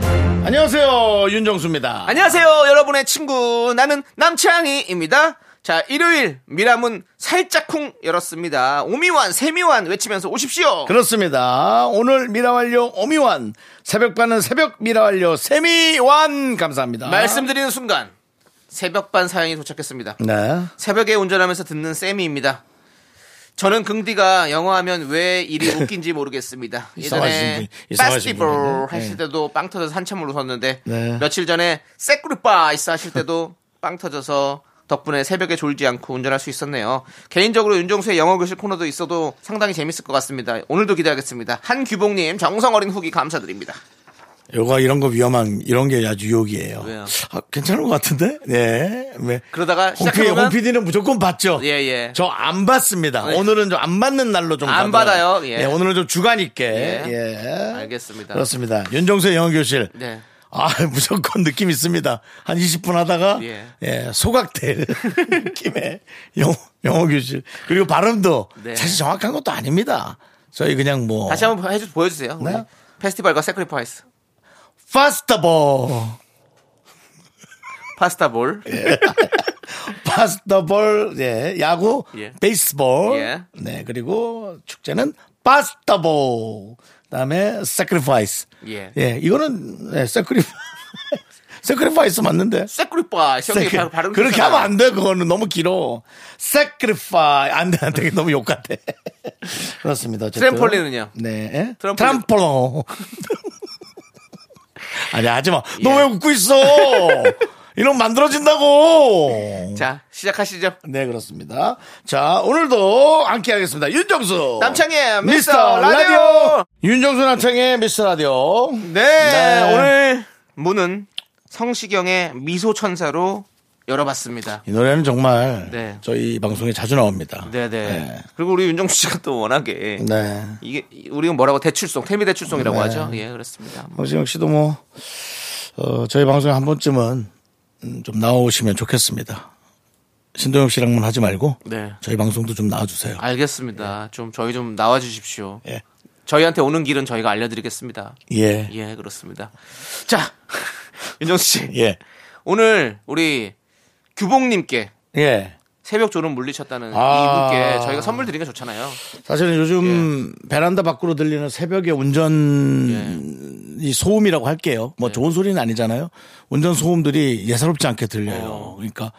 안녕하세요 윤정수입니다. 안녕하세요, 여러분의 친구. 나는 남창희입니다. 자, 일요일 미라문 살짝 쿵 열었습니다. 오미완, 세미완 외치면서 오십시오. 그렇습니다. 오늘 미라완료 오미완 새벽 반은 새벽 미라완료 세미완 감사합니다. 말씀드리는 순간 새벽반 사연이 도착했습니다. 네. 새벽에 운전하면서 듣는 세미입니다. 저는 긍디가 영어하면 왜 일이 웃긴지 모르겠습니다. 이상하신 예전에 분이- 이상하신 분이네. 페스티벌 네. 하실 때도 빵 터져서 한참을 웃었는데 네. 며칠 전에 세쿠리바이스 하실 때도 빵 터져서 덕분에 새벽에 졸지 않고 운전할 수 있었네요. 개인적으로 윤종수의 영어 교실 코너도 있어도 상당히 재밌을 것 같습니다. 오늘도 기대하겠습니다. 한규봉님 정성 어린 후기 감사드립니다. 요가 이런 거 위험한 이런 게 아주 유혹이에요. 왜요? 아, 괜찮은 것 같은데? 네. 네. 그러다가 홍피, 시작해보면- 홍피디는 무조건 받죠. 예, 예. 저 안 받습니다. 네. 오늘은 좀 안 받는 날로 좀. 안 가도록. 받아요. 예. 네, 오늘은 좀 주간 있게. 예. 예. 알겠습니다. 그렇습니다. 윤정수의 영어교실. 네. 아, 무조건 느낌 있습니다. 한 20분 하다가. 예. 예, 소각될 느낌의 영어, 영어교실. 그리고 발음도 네. 사실 정확한 것도 아닙니다. 저희 그냥 뭐. 다시 한번 해주, 보여주세요. 우리 네. 페스티벌과 세크리파이스 파스타볼. 예. 파스타볼 파스타볼 예 야구 예. 베이스볼 예. 네 그리고 축제는 파스타볼 그다음에 sacrifice 예. 이거는 네, sacrifice sacrifice 맞는데 세크리파 형님 Sacri- 바- 발음 그렇게 좋잖아요. 하면 안 돼 그거는 너무 길어 sacrifice 안돼 안돼 너무 욕 같아 그렇습니다 어쨌든. 트램폴린은요? 네 예? 트램폴린. 트램폴린 아니 하지마 너 예. 왜 웃고 있어 이런 만들어진다고 자 시작하시죠. 네 그렇습니다. 자 오늘도 함께하겠습니다. 윤정수 남창의 미스터 라디오. 윤정수 남창의 미스터 라디오 네, 오늘 문은 성시경의 미소 천사로 열어봤습니다. 이 노래는 정말 네. 저희 방송에 자주 나옵니다. 네네. 그리고 우리 윤정수 씨가 또 워낙에 네. 네. 이게 우리는 뭐라고 대출송 태미 대출송이라고 네. 하죠. 예 그렇습니다. 홍진영 씨도 뭐 어, 저희 방송에 한 번쯤은 음, 좀 나오시면 좋겠습니다. 신동엽 씨랑만 하지 말고 네. 저희 방송도 좀 나와주세요. 아. 알겠습니다. 좀 저희 좀 나와 주십시오. 예. 저희한테 오는 길은 저희가 알려드리겠습니다. 예. 예 그렇습니다. 자 윤정수 씨 예. 오늘 우리 규봉님께 예. 새벽 졸음 물리쳤다는 아. 이분께 저희가 선물 드리는 게 좋잖아요. 사실은 요즘 예. 베란다 밖으로 들리는 새벽의 운전 예. 이 소음이라고 할게요. 뭐 좋은 소리는 아니잖아요. 운전 소음들이 예사롭지 않게 들려요. 어. 그러니까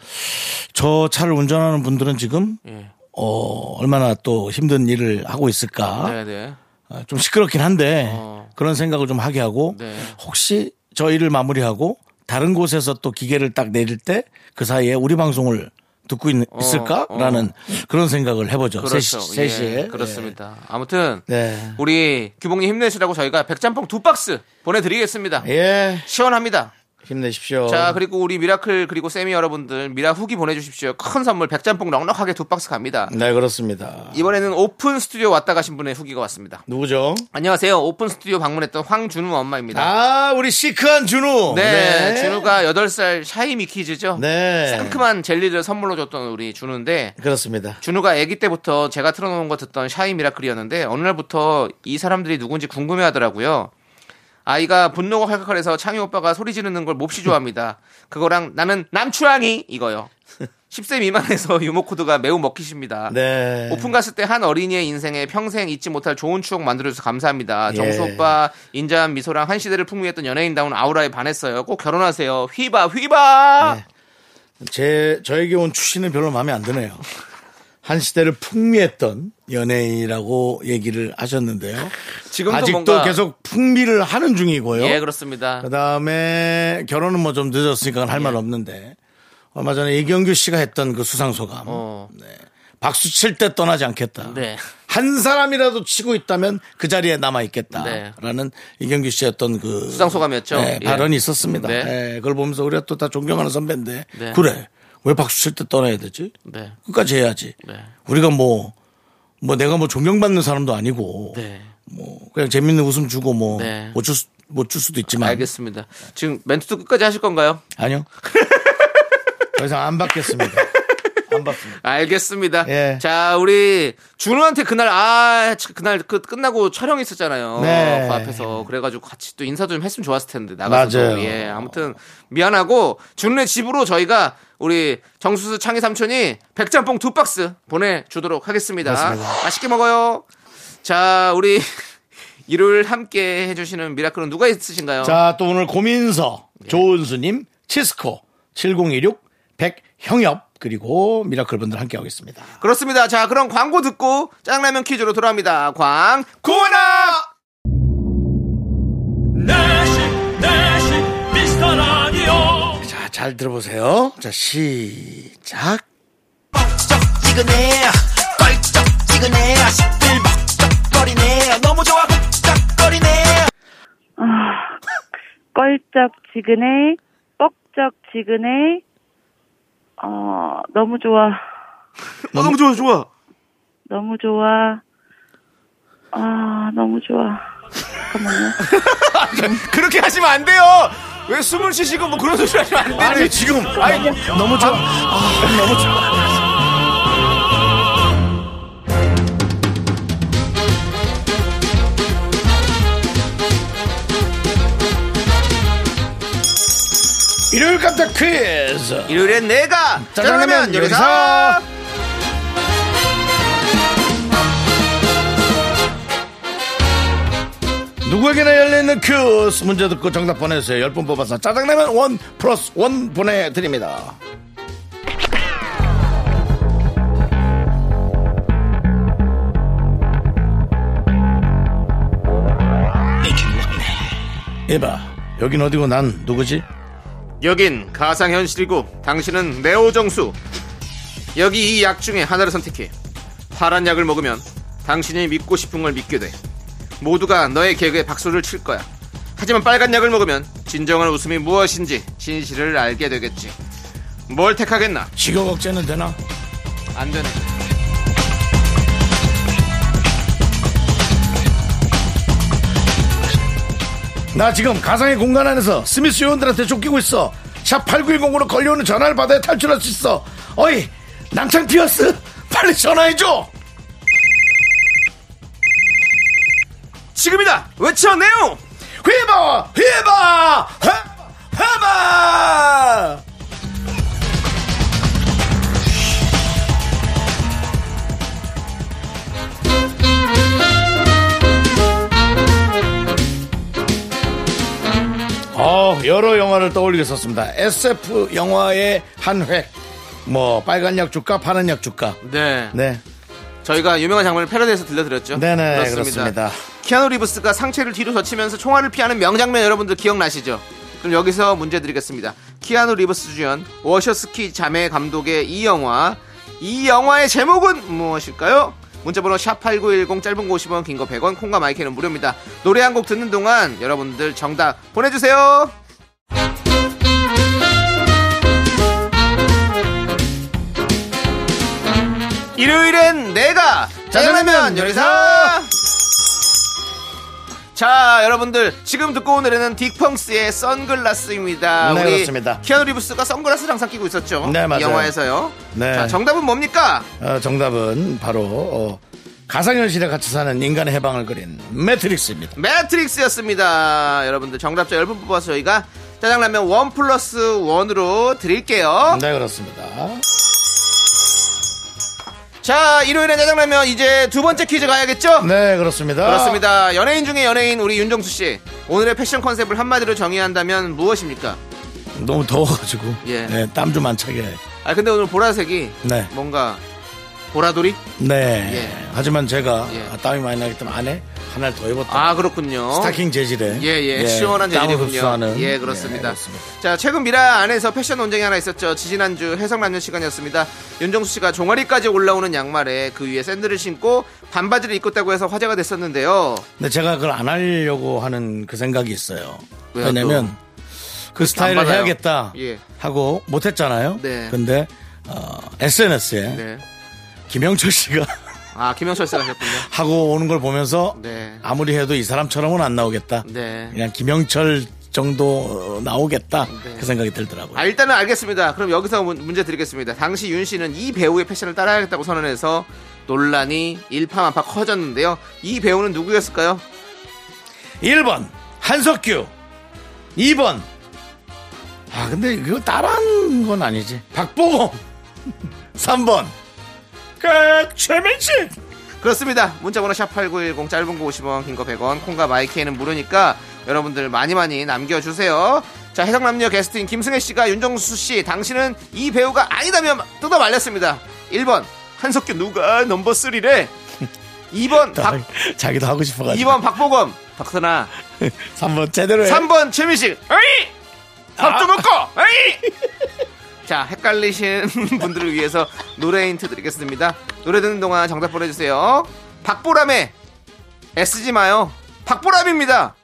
저 차를 운전하는 분들은 지금 예. 어, 얼마나 또 힘든 일을 하고 있을까. 네, 네. 아, 좀 시끄럽긴 한데 어. 그런 생각을 좀 하게 하고 네. 혹시 저희를 마무리하고 다른 곳에서 또 기계를 딱 내릴 때 그 사이에 우리 방송을 듣고 있, 을까 어. 라는 그런 생각을 해보죠. 그렇죠. 어, 세시에 예, 그렇습니다. 아무튼 네. 우리 규봉님 힘내시라고 저희가 백짬뽕 두 박스 보내드리겠습니다. 예, 어. 시원합니다. 힘내십시오. 자 그리고 우리 미라클 그리고 세미 여러분들 미라 후기 보내주십시오. 큰 선물 백짬뽕 넉넉하게 두 박스 갑니다. 네, 그렇습니다. 이번에는 오픈 스튜디오 왔다 가신 분의 후기가 왔습니다. 누구죠? 안녕하세요. 오픈 스튜디오 방문했던 황준우 엄마입니다. 아, 우리 시크한 준우. 네, 준우가 8살 샤이 미키즈죠. 네. 상큼한 젤리를 선물로 줬던 우리 준우인데 그렇습니다. 준우가 아기 때부터 제가 틀어놓은 거 듣던 샤이 미라클이었는데 어느 날부터 이 사람들이 누군지 궁금해하더라고요. 아이가 분노가 칼칼해서 창희 오빠가 소리 지르는 걸 몹시 좋아합니다. 그거랑 나는 남추앙이 이거요. 10세 미만에서 유머 코드가 매우 먹히십니다. 네. 오픈 갔을 때 한 어린이의 인생에 평생 잊지 못할 좋은 추억 만들어줘서 감사합니다. 예. 정수 오빠 인자한 미소랑 한 시대를 풍미했던 연예인다운 아우라에 반했어요. 꼭 결혼하세요. 휘바 휘바. 네. 제, 저에게 온 출신은 별로 마음에 안 드네요. 한 시대를 풍미했던 연예인이라고 얘기를 하셨는데요. 지금도 아직도 뭔가- 계속 풍미를 하는 중이고요. 예 그렇습니다. 그다음에 결혼은 뭐 좀 늦었으니까 할 말 예. 없는데 얼마 전에 이경규 씨가 했던 그 수상 소감. 어. 박수 칠 때 떠나지 않겠다. 네. 한 사람이라도 치고 있다면 그 자리에 남아 네. 있겠다라는 이경규 씨의 어떤 그 수상 소감이었죠? 네, 예. 발언이 있었습니다. 네. 예, 그걸 보면서 우리가 또 다 존경하는 선배인데 네. 그래 왜 박수 칠 때 떠나야 되지? 네. 끝까지 해야지. 네. 우리가 뭐, 뭐 내가 뭐 존경받는 사람도 아니고, 네. 뭐 그냥 재밌는 웃음 주고 뭐, 네. 못 줄, 수- 못줄 수도 있지만. 알겠습니다. 지금 멘트도 끝까지 하실 건가요? 아니요. 더 이상 안 받겠습니다. 안 받습니다. 알겠습니다. 예. 자, 우리 준호한테 그날 아 그날 그 끝나고 촬영 있었잖아요. 네. 그 앞에서 그래가지고 같이 또 인사도 좀 했으면 좋았을 텐데 나가서 맞아요. 예 아무튼 미안하고 준호의 집으로 저희가 우리 정수수 창희 삼촌이 백짬뽕 두 박스 보내주도록 하겠습니다. 맞습니다. 맛있게 먹어요. 자, 우리 일요일 함께 해주시는 미라클은 누가 있으신가요? 자, 또 오늘 고민서, 네. 조은수님, 치스코, 7026, 백형엽, 그리고 미라클 분들 함께하고 있습니다. 그렇습니다. 자, 그럼 광고 듣고 짜장라면 퀴즈로 돌아옵니다. 광 고나. 내식 내식 미스터 라디오 자, 잘 들어보세요. 자, 시작. 네 껄쩍지근해 시끌벅적거리네 너무 좋아 북적거리네 껄쩍지근해, 뻑적지근해, 어, 너무 좋아, 너무 좋아, 좋아. 너무 좋아, 아, 너무 좋아. 잠깐만요. 그렇게 하시면 안 돼요. 왜 숨을 쉬시고 뭐 그런 소리 하시면 안 돼요. 아니, 지금. 아니, 너무 좋아. 너무 좋아. 일요일 깜짝 퀴즈. 일요일엔 내가 짜장라면 짜장라면 요리사. 요리사 누구에게나 열려있는 큐스 문제 듣고 정답 보내주세요. 열 분 뽑아서 짜장라면 원 플러스 원 보내드립니다. 이봐 여긴 어디고 난 누구지? 여긴 가상현실이고 당신은 네오정수 여기 이 약 중에 하나를 선택해 파란 약을 먹으면 당신이 믿고 싶은 걸 믿게 돼 모두가 너의 개그에 박수를 칠 거야 하지만 빨간 약을 먹으면 진정한 웃음이 무엇인지 진실을 알게 되겠지 뭘 택하겠나 직업 억제는 되나? 안 되네 나 지금 가상의 공간 안에서 스미스 요원들한테 쫓기고 있어. 샵 8910으로 걸려오는 전화를 받아야 탈출할 수 있어. 어이, 남창 피어스, 빨리 전화해줘! 지금이다 외쳐 네오 휘바! 휘바! 휘바! 어, 여러 영화를 떠올리게 썼습니다. SF 영화의 한 획. 뭐, 빨간 약 줄까, 파란 약 줄까. 네 네. 저희가 유명한 장면을 패러디에서 들려드렸죠. 네네, 그렇습니다. 키아누 리브스가 상체를 뒤로 젖히면서 총알을 피하는 명장면 여러분들 기억나시죠? 그럼 여기서 문제 드리겠습니다. 키아누 리브스 주연 워셔스키 자매 감독의 이 영화 이 영화의 제목은 무엇일까요? 문자번호 샵8910 짧은 거 50원 긴 거 100원 콩과 마이크는 무료입니다. 노래 한 곡 듣는 동안 여러분들 정답 보내주세요. 일요일엔 내가 짜장라면 요리사 자 여러분들 지금 듣고 온 노래는 딕펑스의 선글라스입니다 네, 우리 그렇습니다. 키아누 리브스가 선글라스를 항상 끼고 있었죠 네, 맞아요. 이 영화에서요 네. 자 정답은 뭡니까 어, 정답은 바로, 어, 가상현실에 같이 사는 인간의 해방을 그린 매트릭스입니다. 매트릭스였습니다 여러분들 정답자 10분 뽑아서 저희가 짜장라면 원 플러스 원으로 드릴게요 네, 그렇습니다. 자 일요일에 짜장라면 이제 두 번째 퀴즈 가야겠죠 네, 그렇습니다. 그렇습니다. 연예인 중에 연예인 우리 윤정수 씨 오늘의 패션 컨셉을 한마디로 정의한다면 무엇입니까? 너무 더워가지고. 예. 네, 땀 좀 안 차게. 아 근데 오늘 보라색이 네. 뭔가 보라돌이? 네. 예. 하지만 제가 예. 아, 땀이 많이 나기 때문에 안에 하나를 더 입었다. 아 그렇군요. 스타킹 재질의. 예예 시원한 땀을 재질이군요. 흡수하는. 예 그렇습니다. 예, 그렇습니다. 자 최근 미라 안에서 패션 논쟁이 하나 있었죠. 지지난주 해성남녀 시간이었습니다. 윤정수 씨가 종아리까지 올라오는 양말에 그 위에 샌들을 신고 반바지를 입었다고 해서 화제가 됐었는데요. 근데 제가 그걸 안 하려고 하는 그 생각이 있어요. 왜요, 왜냐면 그 스타일을 받아요. 해야겠다 예. 하고 못했잖아요. 네. 근데 어, SNS에 네. 김영철 씨가 아, 김영철 씨가 하셨군요. 하고 오는 걸 보면서 네. 아무리 해도 이 사람처럼은 안 나오겠다. 네. 그냥 김영철 정도 나오겠다 네. 그 생각이 들더라고요. 아, 일단은 알겠습니다. 그럼 여기서 문, 문제 드리겠습니다. 당시 윤 씨는 이 배우의 패션을 따라야겠다고 선언해서 논란이 일파만파 커졌는데요. 이 배우는 누구였을까요? 1번 한석규 2번 아 근데 이거 따라한 건 아니지 박보검 3번 그 최민식 그렇습니다. 문자번호 샵8910 짧은 거 50원, 긴 거 100원, 콩과 마이케이는 무료니까 여러분들 많이 많이 남겨주세요. 자, 해성남녀 게스트인 김승혜 씨가 윤정수 씨, 당신은 이 배우가 아니다며 뜯어 말렸습니다. 1번, 한석규 누가 넘버 3래? 2번, 박, 아, 자기도 하고 싶어가지고 2번 박보검, 박선아. 3번 제대로 해 3번 최민식, 에이! 밥도 먹고, 에이! 아. 자, 헷갈리신 분들을 위해서 노래 힌트 드리겠습니다. 노래 듣는 동안 정답 보내주세요. 박보람의 애쓰지 마요. 박보람입니다.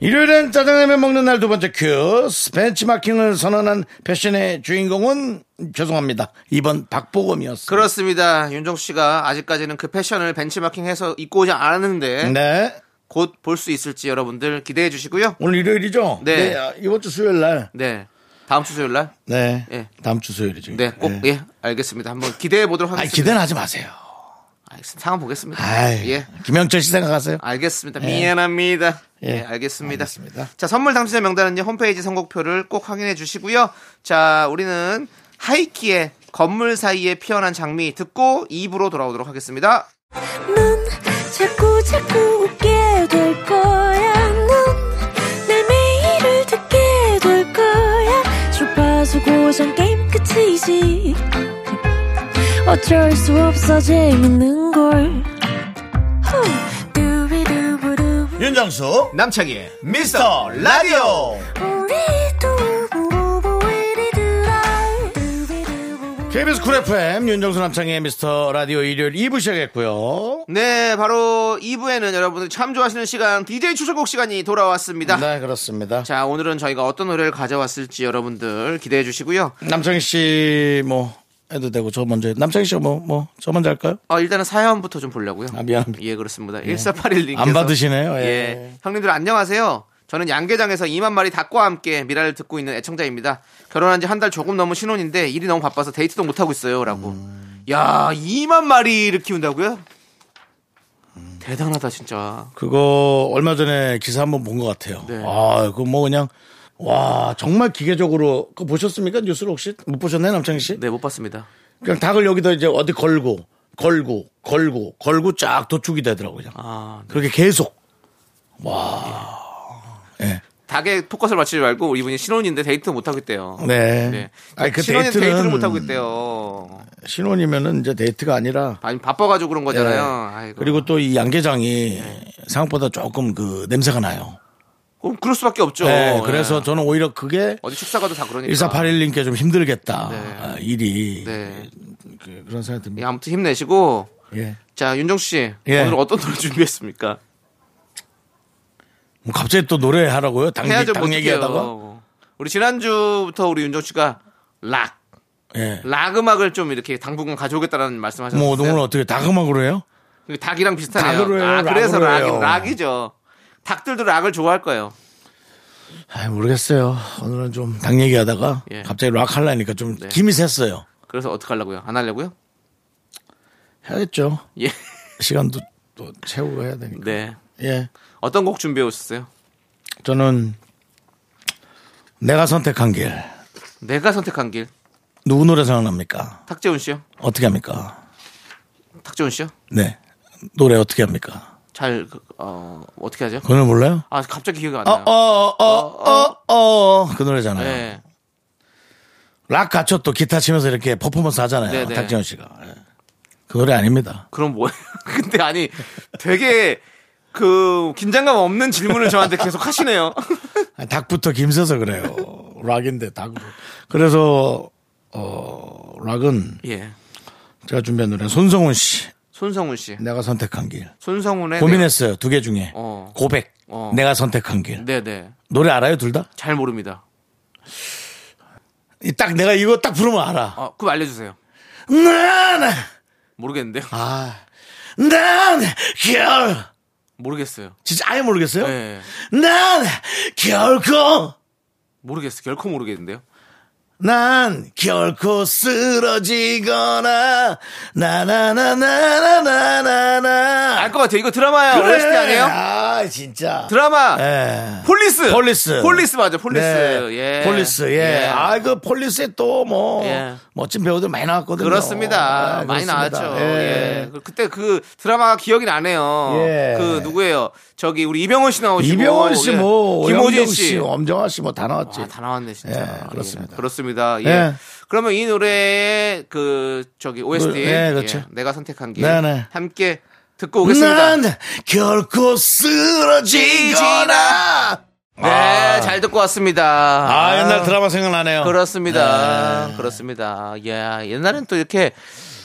일요일엔 짜장라면 먹는 날 두 번째 큐스 벤치마킹을 선언한 패션의 주인공은 죄송합니다 2번 박보검이었어요 그렇습니다. 윤정수 씨가 아직까지는 그 패션을 벤치마킹해서 입고 오지 않았는데 네 곧 볼 수 있을지 여러분들 기대해 주시고요. 오늘 일요일이죠 네. 아, 이번 주 수요일 날네 네. 다음 주 수요일 날? 예. 네. 다음 주 수요일이죠 네, 꼭, 네. 예, 알겠습니다. 한번 기대해 보도록 아니 하겠습니다. 아, 기대는 하지 마세요 알겠습니다. 상황 보겠습니다. 아이, 예. 아. 김영철 씨 생각하세요? 알겠습니다. 예. 미안합니다. 예. 예, 알겠습니다. 알겠습니다. 자, 선물 당첨자 명단은요, 홈페이지 선곡표를 꼭 확인해 주시고요. 자, 우리는 하이키의 건물 사이에 피어난 장미 듣고 2부로 돌아오도록 하겠습니다. 넌 자꾸 자꾸 웃게 될 거야. 넌내 매일을 듣게 될 거야. 주파수 고정 게임 끝이지. 어쩔 수 없어 재밌는 걸. 후. 두비두부두부. 윤정수 남창희의 미스터 라디오 우리 두부부부 우리 두라. 두비두부부. KBS 쿨 FM 윤정수 남창의 미스터 라디오 일요일 2부 시작했고요 네, 바로 2부에는 여러분들 참 좋아하시는 시간, DJ 추천곡 시간이 돌아왔습니다. 네 그렇습니다 자, 오늘은 저희가 어떤 노래를 가져왔을지 여러분들 기대해 주시고요. 남창희 씨뭐 해도 되고 저 먼저 해요. 남창희 씨가 뭐뭐 저 먼저 할까요? 어, 일단은 사연부터 좀 보려고요. 아, 미안합니다. 예, 그렇습니다. 1481님께서. 안 받으시네요. 예. 형님들 안녕하세요. 저는 양계장에서 2만 마리 닭과 함께 미라를 듣고 있는 애청자입니다. 결혼한 지 한 달 조금 넘은 신혼인데 일이 너무 바빠서 데이트도 못 하고 있어요라고. 음. 야, 2만 마리를 키운다고요? 음. 대단하다 진짜. 그거 얼마 전에 기사 한번 본 것 같아요. 네. 아, 그 뭐 그냥 와 정말 기계적으로 그거 보셨습니까 뉴스를 혹시 못 보셨나요 남창희 씨? 네, 못 봤습니다. 그냥 닭을 여기다 이제 어디 걸고 걸고 걸고 걸고 쫙 도축이 되더라고요. 그냥. 아, 그렇게 계속 닭에 포커스를 맞추지 말고 이분이 신혼인데 데이트도 못 하고 있대요. 네. 네. 아니 그 신혼인 데이트는... 데이트는 못 하고 있대요. 신혼이면은 이제 데이트가 아니라 아니 바빠가지고 그런 거잖아요. 예. 아이고. 네. 그리고 또 이 양계장이 생각보다 조금 그 냄새가 나요. 그럼 그럴 수밖에 없죠. 네. 그래서 예. 저는 오히려 그게 어디 축사 가도 다 그러니까. 1481님께 좀 힘들겠다. 네. 아, 일이. 네. 그, 런 생각이 예, 듭니다. 아무튼 힘내시고 예. 자, 윤정수 씨. 예. 오늘 어떤 노래 준비했습니까? 뭐 갑자기 또 노래 하라고요? 당, 얘기- 당 뭐 어떡해요. 얘기하다가? 우리 지난주부터 우리 윤정수 씨가 락, 예. 락 음악을 좀 이렇게 당분간 가져오겠다라는 말씀하셨는데. 뭐, 오늘 어떻게 다그막으로 해요? 닭이랑 비슷하네요. 닭으로 해요, 아, 그래서 락으로 락이, 해요. 락이죠. 닭들도 락을 좋아할 거예요. 아, 모르겠어요. 오늘은 좀 당 얘기하다가 예. 갑자기 락 하려니까 좀 네. 김이 샜어요. 그래서 어떻게 하려고요? 안 하려고요? 해야겠죠. 예. 시간도 또 채우고 해야 되니까. 네. 예. 어떤 곡 준비해 오셨어요? 저는 내가 선택한 길. 내가 선택한 길. 누구 노래 생각납니까? 탁재훈 씨요? 어떻게 합니까? 탁재훈 씨요? 네. 노래 어떻게 합니까? 잘, 그, 어, 어떻게 하죠? 그걸 몰라요? 아, 갑자기 기억이 안 어, 나요. 어, 어, 어, 어. 그 노래잖아요. 네. 락 가죠 또 기타 치면서 이렇게 퍼포먼스 하잖아요. 네네. 탁지현 씨가. 예. 그 노래 아닙니다. 그럼 뭐예요? 근데 아니 되게 그 긴장감 없는 질문을 저한테 계속 하시네요. 아, 닭부터 김새서 그래요. 락인데 닭으로. 그래서 어, 락은 예. 제가 준비한 노래 손성훈 씨. 손성훈 씨. 내가 선택한 길. 손성훈의 고민했어요. 두 개 중에. 어. 고백. 어. 내가 선택한 길. 네, 네. 노래 알아요, 둘 다? 잘 모릅니다. 이딱 내가 이거 딱 부르면 알아. 아, 그거 알려 주세요. 난, 모르겠는데요. 아, 난, 결. 모르겠어요. 진짜 아예 모르겠어요? 네. 난, 결코, 모르겠어요. 결코 모르겠는데요. 난, 결코 쓰러지거나, 나나나나나나나나. 알 것 같아요. 이거 드라마야. 어렸을 때 아니에요? 아, 진짜. 드라마. 예. 폴리스. 폴리스. 폴리스 맞아. 폴리스. 네. 예. 폴리스, 예. 아, 그 폴리스에 또 뭐, 예. 멋진 배우들 많이 나왔거든요. 그렇습니다. 아, 많이 그렇습니다. 나왔죠. 예. 그- 그때 그 드라마 기억이 나네요. 예. 그 누구예요? 저기 우리 이병헌 씨 나오시고 이병헌 씨, 예. 뭐, 김호진 김호진 씨. 씨, 엄정화 씨 뭐 다 나왔지. 와, 다 나왔네 진짜. 예, 그렇습니다. 예, 그렇습니다. 예. 예. 그러면 이 노래의 그 저기 OST 예, 그렇죠. 내가 선택한 길 네, 네. 함께 듣고 오겠습니다. 난 결코 쓰러지거나. 네, 잘 듣고 왔습니다. 아, 옛날 드라마 생각나네요. 네. 그렇습니다. 그렇습니다. 예, 옛날엔 또 이렇게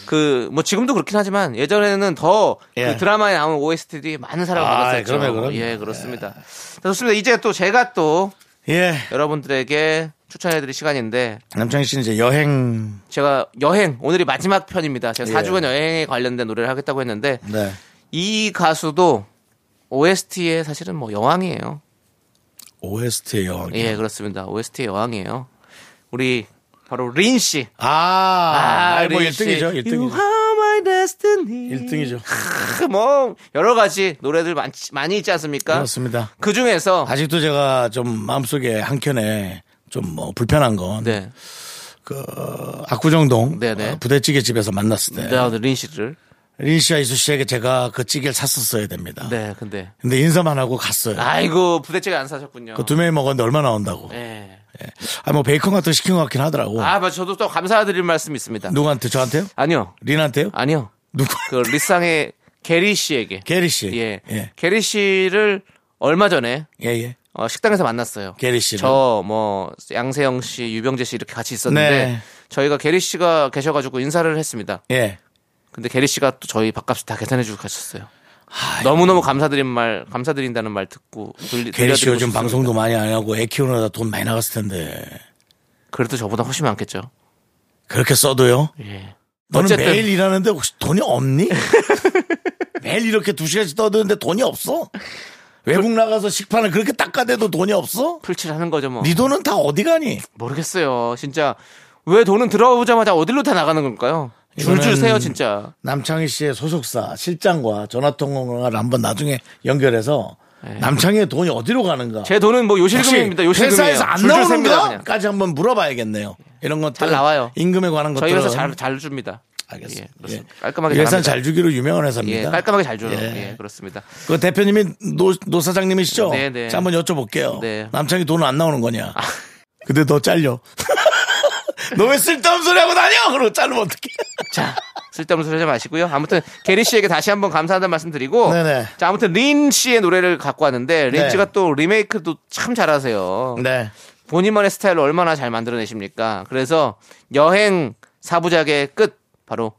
그 뭐 지금도 그렇긴 하지만 예전에는 더 예. 그 드라마에 나온 OST들이 많은 사랑을 아, 받았었죠. 그럼요, 그럼요. 예, 그렇습니다. 자, 좋습니다. 이제 또 제가 또 예. 여러분들에게 추천해드릴 시간인데 남창희 씨는 이제 여행. 제가 여행 오늘이 마지막 편입니다. 제가 예. 4주간 여행에 관련된 노래를 하겠다고 했는데 네. 이 가수도 OST의 사실은 뭐 여왕이에요. OST 여행. 예, 그렇습니다. OST의 여왕이에요. 우리 바로 린 씨. 아, 뭐 린 1등이죠. 씨. 1등이죠. You are my destiny. 1등이죠. 크, 뭐 여러 가지 노래들 많지, 많이 있지 않습니까? 그렇습니다. 그 중에서 아직도 제가 좀 마음속에 한켠에 좀 뭐 불편한 건. 네, 그, 압구정동. 네네. 어, 부대찌개 집에서 만났을 때. 네, 오늘 린 씨를 린 씨와 이수 씨에게 제가 그 찌개를 샀었어야 됩니다. 네, 근데 근데 인사만 하고 갔어요. 아이고 부대찌개 안 사셨군요. 네. 그 두 명이 먹었는데 얼마 나온다고. 예. 아, 뭐 베이컨 같은 거 시킨 것 같긴 하더라고. 아, 맞아. 저도 또 감사드릴 말씀이 있습니다. 네. 누구한테? 저한테요? 아니요, 린한테요? 아니요. 누구? 그 리쌍의 게리 씨에게 게리 씨. 예. 예. 게리 씨를 얼마 전에 예, 예. 어, 식당에서 만났어요. 게리 씨를. 저 뭐 양세형 씨, 유병재 씨 이렇게 같이 있었는데 네. 저희가 게리 씨가 계셔가지고 인사를 했습니다. 예. 근데 게리 씨가 또 저희 밥값을 다 계산해 주고 가셨어요. 너무 너무 감사드린 말 감사드린다는 말 듣고 들리, 아, 게리 씨 들려드리고 요즘 싶습니다. 방송도 많이 안 하고 애 키우느라 돈 많이 나갔을 텐데. 그래도 저보다 훨씬 많겠죠. 그렇게 써도요? 예. 너는 어쨌든. 매일 일하는데 혹시 돈이 없니? 매일 이렇게 두 시간씩 떠드는데 돈이 없어? 외국 나가서 식판을 그렇게 닦아대도 돈이 없어? 풀칠하는 거죠 뭐. 네 돈은 다 어디 가니? 모르겠어요. 진짜 왜 돈은 들어오자마자 어디로 다 나가는 걸까요? 줄줄 이거는 세요 진짜. 남창희 씨의 소속사 실장과 전화통화를 한번 나중에 연결해서 남창희의 돈이 어디로 가는가? 네. 제 돈은 뭐 요실금입니다. 혹시 요실금이에요. 회사에서 안 줄줄 셉니다, 그냥. 나오는가까지 한번 물어봐야겠네요. 이런 것잘 잘 나와요. 임금에 관한 저희 것들은 회사 잘, 잘 줍니다. 알겠습니다. 예, 그렇습니다. 예. 깔끔하게 우리 회사는 잘합니다. 잘 주기로 유명한 회사입니다. 예, 깔끔하게 잘 줘요. 예. 예, 그렇습니다. 그 대표님이 노, 노 사장님이시죠? 네, 네. 자, 한번 여쭤볼게요. 네. 아. 남창이 돈 안 나오는 거냐? 근데 너 잘려. 너 왜 쓸데없는 소리 하고 다녀? 그러고 자르면 어떡해. 자, 쓸데없는 소리 하지 마시고요. 아무튼 게리 씨에게 다시 한번 감사하다는 말씀 드리고 네네. 자, 아무튼 린 씨의 노래를 갖고 왔는데 린 네. 씨가 또 리메이크도 참 잘하세요. 네. 본인만의 스타일을 얼마나 잘 만들어내십니까? 그래서 여행 사부작의 끝 바로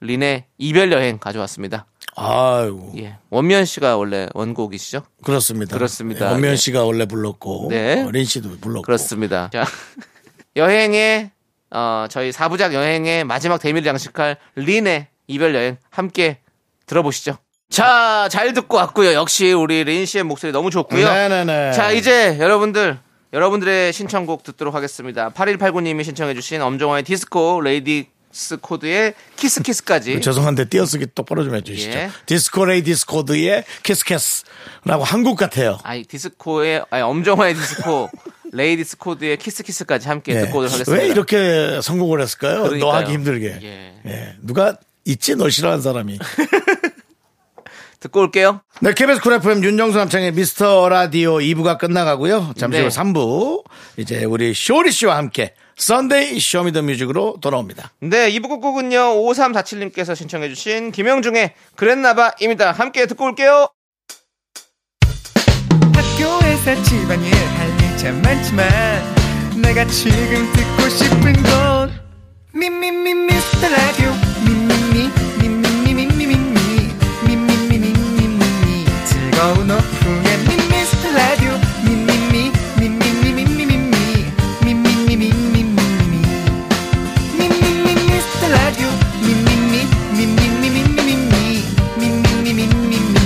린의 이별 여행 가져왔습니다. 아이고. 예. 원면 씨가 원래 원곡이시죠? 그렇습니다. 그렇습니다. 예, 원면 예. 씨가 원래 불렀고, 네. 어, 린 씨도 불렀고. 그렇습니다. 자, 여행의 어, 저희 사부작 여행의 마지막 대미를 장식할 린의 이별 여행 함께 들어보시죠. 자, 잘 듣고 왔고요. 역시 우리 린 씨의 목소리 너무 좋고요. 네네네. 자, 이제 여러분들 여러분들의 신청곡 듣도록 하겠습니다. 8189님이 신청해주신 엄정화의 디스코 레이디스 코드의 키스 키스까지. 그 죄송한데 띄어쓰기 똑바로 좀 해주시죠. 예. 디스코 레이 디스코드의 키스캐스라고 한국 같아요. 아니 디스코의 아니 엄정화의 디스코 레이디스 코드의 키스 키스까지 함께 예. 듣고 오도록 하겠습니다. 왜 이렇게 성공을 했을까요? 그러니까요. 너 하기 힘들게. 예. 예. 누가 있지? 널 싫어하는 사람이. 듣고 올게요. 네, KBS 쿨 FM 윤정수 남창의 미스터 라디오 2부가 끝나가고요. 잠시 후 네. 3부. 이제 우리 쇼리 씨와 함께 썬데이 쇼미더 뮤직으로 돌아옵니다. 네, 이부 곡곡은요, 5347님께서 신청해주신 김영중의 그랬나봐입니다. 함께 듣고 올게요. 학교에서 집안일 할 일 참 많지만 내가 지금 듣고 싶은 건 미미미 미스터 라디오 미미미 미미미 미미미 오후에 미스터 라디오 미미미 미미미미미미미 미미미미미미미 미미미 미스터 라디오 미미미 미미미미미미미 미미미미미미미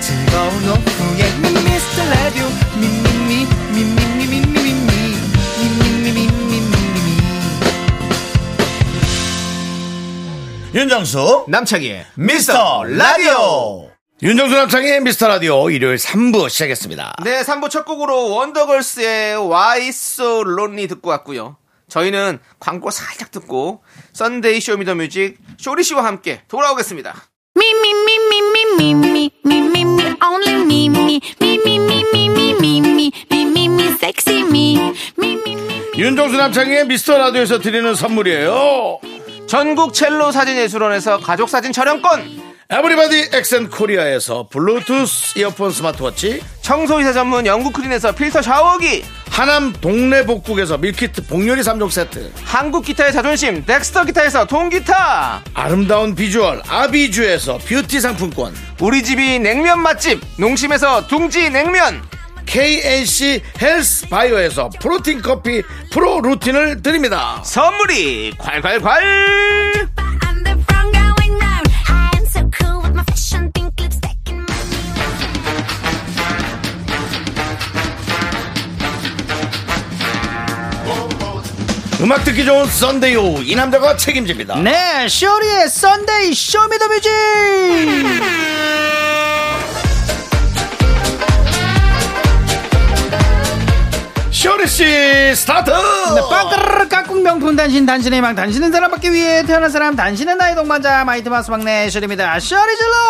즐거운 오후에 미스터 라디오 미미미 미미미미미미미 미미미미미미미 윤정수 남창희의 미스터 라디오 윤정수 남창의 미스터 라디오 일요일 3부 시작했습니다. 네, 3부 첫 곡으로 원더걸스의 Why So Lonely 듣고 왔고요. 저희는 광고 살짝 듣고 썬데이 쇼미더뮤직 쇼리 씨와 함께 돌아오겠습니다. Me, me, me, me, me, me, me, me, me, me, only me, me, me, me, me, me, me, me, me, me, me, me, sexy me, me, me, me. 윤정수 남창의 미스터 라디오에서 드리는 선물이에요. 전국 첼로 사진 예술원에서 가족 사진 촬영권, 에브리바디 엑센 코리아에서 블루투스 이어폰 스마트워치, 청소이사 전문 영국 크린에서 필터 샤워기, 하남 동네 복국에서 밀키트 복요리 3종 세트, 한국 기타의 자존심 덱스터 기타에서 통기타, 아름다운 비주얼 아비주에서 뷰티 상품권, 우리 집이 냉면 맛집 농심에서 둥지 냉면, KNC 헬스 바이오에서 프로틴 커피 프로 루틴을 드립니다. 선물이 콸콸콸! I'm the wrong going round. I am so cool with my fashion, pink lipstick and my new. 음악 듣기 좋은 썬데이 오후 이 남자가 책임집니다. 네, 쇼리의 썬데이 쇼미더뮤직! 쇼리 씨 스타트. 네, 빵까르르 깍꿍 명품 단신, 단신의 망, 단신은 사람 받기 위해 태어난 사람, 단신은 나의 동반자, 마이트마스 막내 쇼리입니다. 쇼리 질러!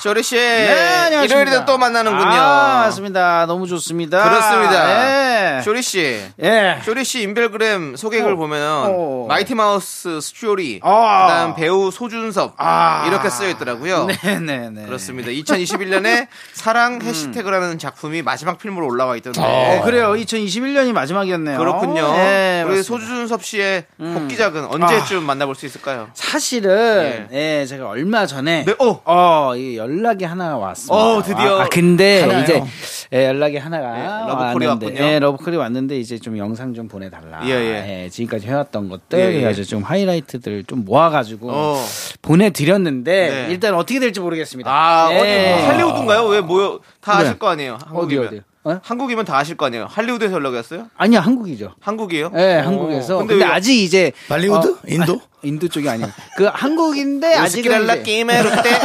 쇼리 씨, 네, 안녕하십니까. 네, 일요일에도 또 만나는군요. 아, 맞습니다. 너무 좋습니다. 그렇습니다. 예. 쇼리 씨. 예. 쇼리 씨 인별그램 소개글 어. 보면 어. 마이티 마우스 쇼리, 어. 그다음 배우 소준섭 아. 이렇게 쓰여 있더라고요. 네네네. 음. 그렇습니다. 2021년에 사랑 해시태그라는 작품이 마지막 필모로 올라와 있던데. 어, 그래요. 2021년이 마지막이었네요. 그렇군요. 예, 우리 맞습니다. 음. 아. 소준섭 씨의 복귀작은 언제쯤 만나볼 수 있을까요? 사실은 예, 제가 얼마 전에 네, 어. 어, 이 연락이 하나 왔습니다. 어, 드디어. 아, 근데 하나요? 이제 예, 연락이 하나가 예, 왔는데 러브콜이 왔군요. 예, 러브콜이 왔는데 이제 좀 영상 좀 보내 달라. 예, 예. 지금까지 해 왔던 것들 예, 예. 그래서 좀 하이라이트들 좀 모아 가지고 어. 보내 드렸는데 네. 일단 어떻게 될지 모르겠습니다. 아, 예. 어디 할리우드인가요? 왜 모여 다 네. 아실 거 아니에요? 어디 한국이면. 어디? 어? 한국이면 다 아실 거 아니에요? 할리우드에서 연락이 왔어요? 아니야, 한국이죠. 한국이에요? 예, 오. 한국에서. 근데, 어. 왜- 아직 이제 발리우드? 어, 인도? 아, 인도 쪽이 아니에요. 그 한국인데 아직은 우스키랄라 이제- 끼메로 때